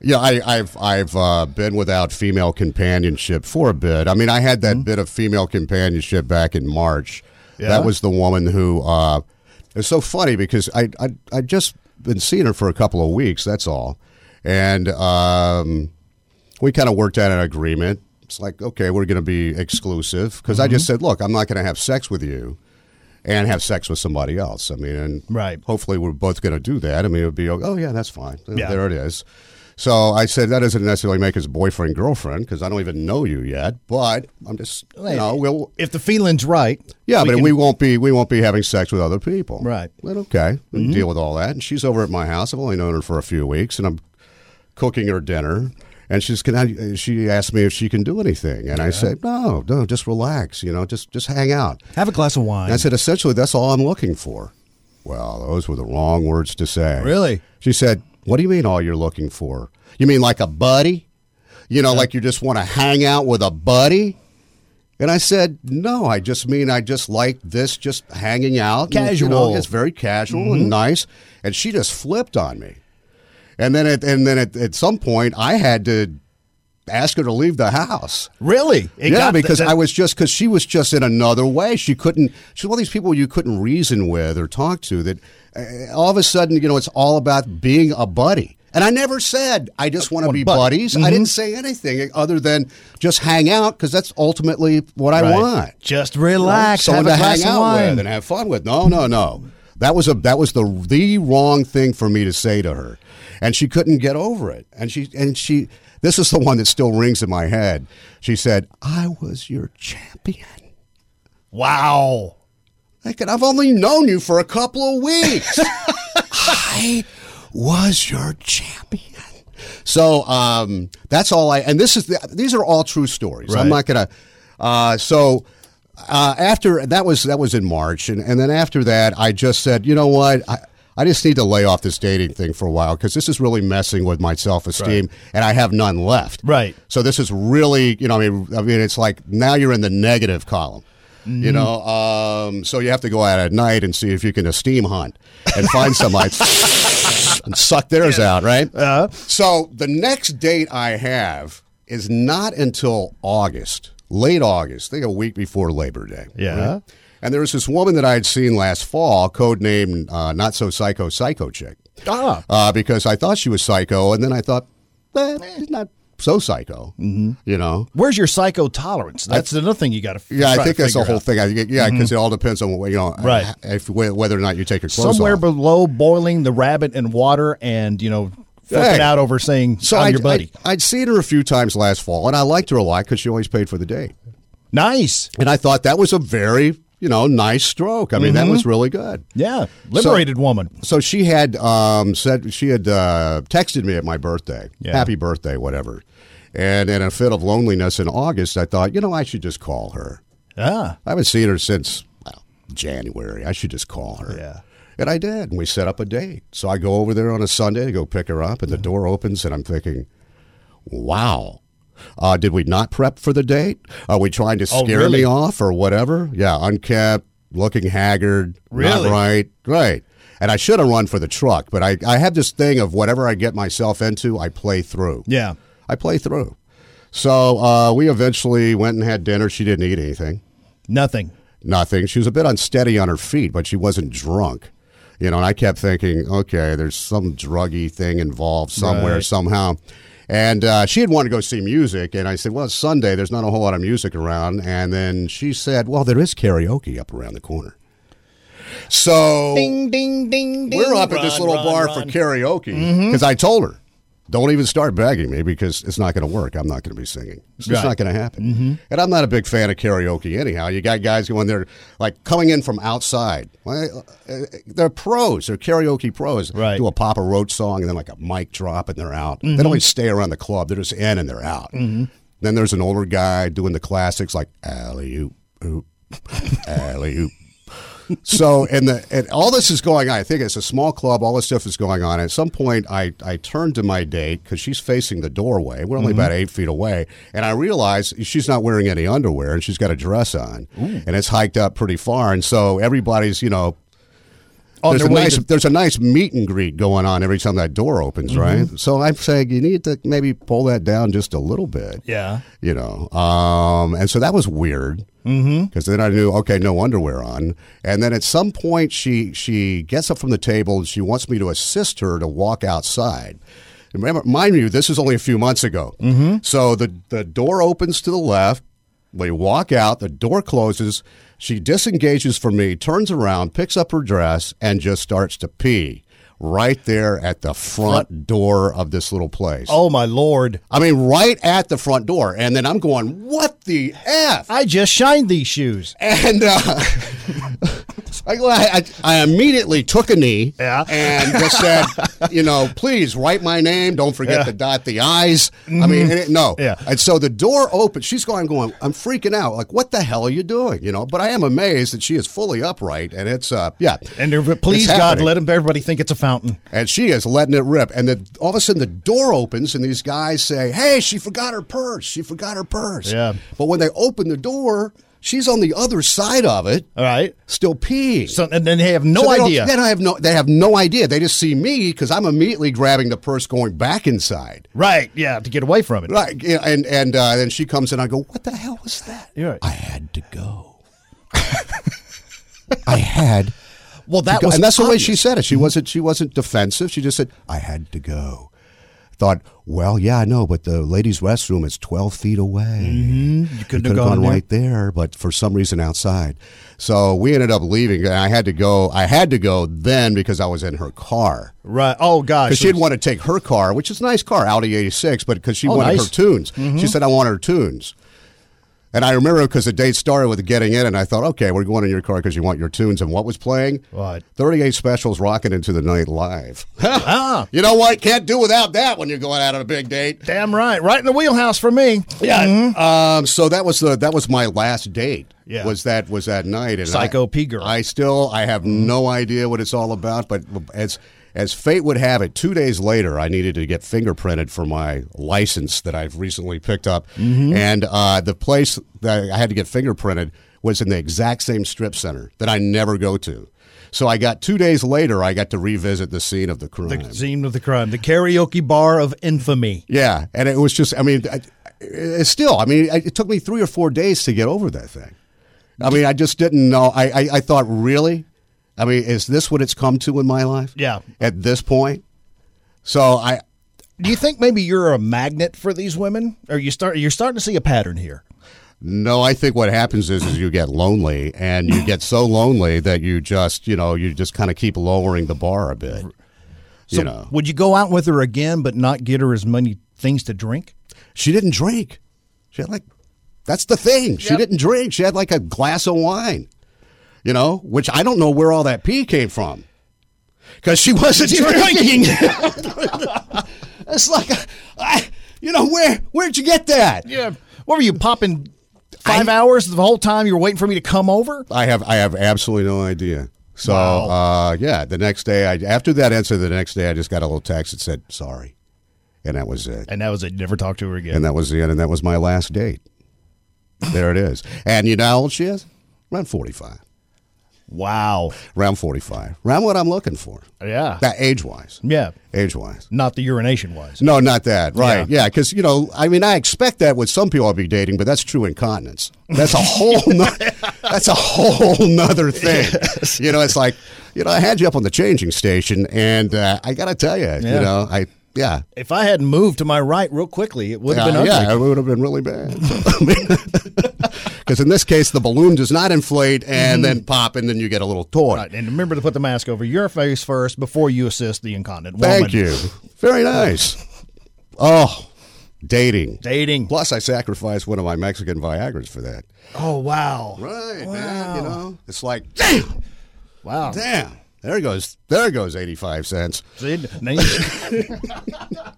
Yeah, I, I've I've uh, been without female companionship for a bit. I mean, I had that bit of female companionship back in March. Mm-hmm. Yeah? That was the woman who. Uh, it's so funny because I I I just been seeing her for a couple of weeks. That's all, and um, we kind of worked out an agreement. It's like okay, we're going to be exclusive because I Mm-hmm. just said, look, I'm not going to have sex with you, and have sex with somebody else. I mean, and Right. hopefully we're both going to do that. I mean, it would be, oh, yeah, that's fine. Yeah. There it is. So I said, that doesn't necessarily make us boyfriend, girlfriend, because I don't even know you yet, but I'm just, you know, we'll, If the feeling's right, yeah, but can- we won't be, we won't be having sex with other people. Right. Mm-hmm. Well, okay. We can deal with all that. And she's over at my house. I've only known her for a few weeks, and I'm cooking her dinner. And she's can I, she asked me if she can do anything, and I said no, no, just relax, you know, just just hang out. have a glass of wine. And I said, essentially, that's all I'm looking for. Well, those were the wrong words to say. Really? She said, What do you mean, all you're looking for? You mean like a buddy? You know, like you just want to hang out with a buddy? And I said, No, I just mean I just like this, just hanging out. and, you know, Casual. Mm-hmm. it's very casual and nice. And she just flipped on me. And then, at, and then at, at some point, I had to ask her to leave the house really? It yeah, got th- because that- I was just because she was just in another way. She couldn't. She's one of these people you couldn't reason with or talk to. That uh, all of a sudden, you know, it's all about being a buddy. And I never said I just want to be buddy. Mm-hmm. buddies. I didn't say anything other than just hang out because that's ultimately what I Right. want. Just relax. Someone have a to glass hang of out wine. with and have fun with. No, no, no. That was a that was the the wrong thing for me to say to her, and she couldn't get over it. And she and she. This is the one that still rings in my head. She said, "I was your champion." Wow. I could, I've only known you for a couple of weeks. I was your champion. So um, that's all I. And this is the, these are all true stories. Right. I'm not gonna. Uh, so uh, after that was that was in March, and, and then after that, I just said, you know what. I, I just need to lay off this dating thing for a while because this is really messing with my self esteem, and I have none left. Right. So this is really, you know, I mean, I mean, it's like now you're in the negative column. You know, um, so you have to go out at night and see if you can esteem hunt and find somebody and suck theirs out, right? Uh, so the next date I have is not until August, late August, I think a week before Labor Day. Yeah. And there was this woman that I had seen last fall, codenamed uh, Not So Psycho Psycho Chick Ah. uh, because I thought she was psycho, and then I thought, eh, she's not so psycho, mm-hmm. you know. Where's your psycho tolerance? That's another thing you got to. Yeah, I think that's the whole thing. I, yeah, because it all depends on what you know, Mm-hmm. Right. if, whether or not you take your clothes Somewhere off. below boiling the rabbit in water and you know flipping Hey. out over saying so I'm I, your buddy. I, would seen her a few times last fall, and I liked her a lot because she always paid for the date, nice. and I thought that was a very you know nice stroke. I mean, that Mm-hmm. was really good. Yeah. Liberated woman. so she had um, said she had uh, texted me at my birthday, Yeah. happy birthday, whatever. And in a fit of loneliness in August, I thought, you know, I should just call her. Ah. I haven't seen her since well, January. I should just call her. Yeah. And I did, and we set up a date. So I go over there on a Sunday to go pick her up, and the door opens, and I'm thinking, wow. Uh, did we not prep for the date? Are we trying to Oh, scare really? me off or whatever? Yeah, unkept, looking haggard, Really? not right, right. And I should have run for the truck, but I, I have this thing of whatever I get myself into, I play through. Yeah. I play through. So uh, we eventually went and had dinner. She didn't eat anything Nothing. nothing. She was a bit unsteady on her feet, but she wasn't drunk. You know, and I kept thinking, okay, there's some druggy thing involved somewhere, Right. somehow. And uh, she had wanted to go see music, and I said, well, it's Sunday. There's not a whole lot of music around. And then she said, well, there is karaoke up around the corner. So Ding ding ding ding. we're up at this Run, little run, bar run. Mm-hmm. for karaoke because I told her, don't even start begging me because it's not going to work. I'm not going to be singing. It's just Right. Mm-hmm. not going to happen. And I'm not a big fan of karaoke anyhow. You got guys going there, like coming in from outside. Well, uh, They're pros. They're karaoke pros. Right. Mm-hmm. Do a Papa Roach song and then like a mic drop and they're out. They don't always stay around the club. They're just in and they're out. Then there's an older guy doing the classics like alley oop, oop, alley oop. So, and the and all this is going on. I think it's a small club. All this stuff is going on. At some point, I I turned to my date because she's facing the doorway. We're Mm-hmm. only about eight feet away, and I realize she's not wearing any underwear and she's got a dress on, and it's hiked up pretty far. And so everybody's you know on there's their a way nice to- there's a nice meet and greet going on every time that door opens, Mm-hmm. right? So I'm saying you need to maybe pull that down just a little bit, yeah. you know. Um, and so that was weird because then I knew okay, no underwear on. And then at some point she she gets up from the table and she wants me to assist her to walk outside. And Remember, mind you, this is only a few months ago. Mm-hmm. So the the door opens to the left. We walk out, the door closes. She disengages from me, turns around, picks up her dress, and just starts to pee right there at the front door of this little place. Oh my lord! I mean, right at the front door. And then I'm going, what the F? I just shined these shoes. And uh, I, I, I immediately took a knee Yeah. and just said, you know, please write my name. Don't forget to dot the I's. I mean, and it, no. Mm-hmm. Yeah. And so the door opens. She's going, going, I'm freaking out. Like, what the hell are you doing? You know, but I am amazed that she is fully upright. And it's, uh, yeah. And they're- please God, happening. let 'em- everybody think it's a fountain. And she is letting it rip. And then all of a sudden the door opens and these guys say, Hey, she forgot her purse. She forgot her purse. Yeah. But when they open the door, she's on the other side of it, All right. still peeing. So and then they have no So they don't- idea. They, don't have no, they have no idea. They just see me because I'm immediately grabbing the purse going back inside. Right. Yeah. To get away from it. Right. yeah, And and uh, then she comes in. I go, What the hell was that? You're right. I had to go. I had Well, that go- was and that's the way obvious. she said it. She wasn't she wasn't defensive. She just said, "I had to go." Thought, well, yeah, I know, but the ladies' restroom is twelve feet away. You You couldn't could have have Mm-hmm. gone, gone there. right there, but for some reason outside. So we ended up leaving, and I had to go. I had to go then because I was in her car. Right. Oh gosh. Because she didn't want to take her car, which is a nice car, Audi 86, but because she wanted Oh, nice. Mm-hmm. her tunes. She said, I want her tunes. And I remember because the date started with getting in, and I thought, okay, we're going in your car because you want your tunes. And what was playing? What? 38 Specials Rocking Into the Night Live. ah. you know what? Can't do without that when you're going out on a big date. Damn right. Right in the wheelhouse for me. Yeah. Um, so that was the that was my last date. Yeah. Was that was that night? And Psycho Mm-hmm. I- P-girl. I still I have no idea what it's all about, but as as fate would have it, two days later I needed to get fingerprinted for my license that I've recently picked up, Mm-hmm. and uh, the place that I had to get fingerprinted was in the exact same strip center that I never go to. So I got two days later, I got to revisit the scene of the crime. Mm-hmm. Scene of the crime. The karaoke bar of infamy. Yeah, and it was just. I mean, I, it's still. I mean, I- it took me three or four days to get over that thing. I mean, I just didn't know. I, I, I thought, really? I mean, is this what it's come to in my life? Yeah. At this point, so I. Do you think maybe you're a magnet for these women? Or you start you're starting to see a pattern here. No, I think what happens is, is you get lonely, and you get so lonely that you just, you know, you just kind of keep lowering the bar a bit. you know, Would you go out with her again but not get her as many things to drink? she didn't drink. She had like, that's the thing. She didn't drink. She had like a glass of wine, you know, which I don't know where all that pee came from because she wasn't drinking. it's like, I, you know, where where'd you get that? Yeah. What were you popping five hours the whole time you were waiting for me to come over? I have I have absolutely no idea. So uh, yeah, the next day I after that incident, the next day I just got a little text that said sorry, and that was it. And that was it. Never talk to her again. And that was the end, and that was my last date. There it is. And you know how old she is? Around 45. wow. Around 45. Around what I'm looking for. Yeah. That age wise. yeah. Age wise. Not the urination wise. No, not that. Right. Yeah. Because, you know, I mean, I expect that with some people I'll be dating, but that's true incontinence. That's a whole, no- that's a whole nother thing. You know, it's like, you know, I had you up on the changing station, and uh, I got to tell you, you know, I, yeah. If I hadn't moved to my right real quickly, it would have been Uh, ugly. yeah, it would have been really bad. Because in this case, the balloon does not inflate and then pop, and then you get a little toy. Mm-hmm. Right, and remember to put the mask over your face first before you assist the incontinent woman. Thank you. Very nice. Oh, dating. Dating. Plus, I sacrificed one of my Mexican Viagra's for that. Oh wow! Right, man. You know, it's like, damn, Wow. damn. There goes, there goes eighty-five cents. See, now you-